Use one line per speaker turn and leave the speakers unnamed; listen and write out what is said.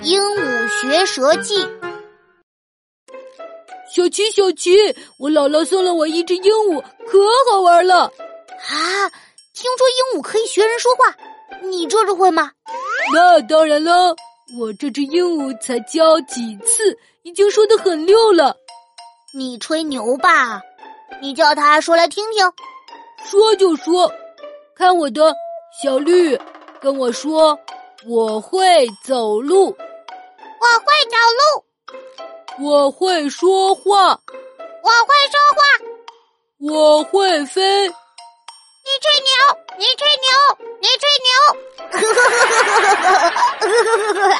《鹦鹉学舌记》
小琪，小琪，我姥姥送了我一只鹦鹉，可好玩了。
啊，听说鹦鹉可以学人说话，你这着会吗？
那当然了，我这只鹦鹉才教几次，已经说得很溜了。
你吹牛吧？你叫它说来听听。
说就说，看我的小绿，跟我说我会走路，
我会找路，
我会说话，
我会说话。
我会飞。
你吹牛，你吹牛，你吹牛。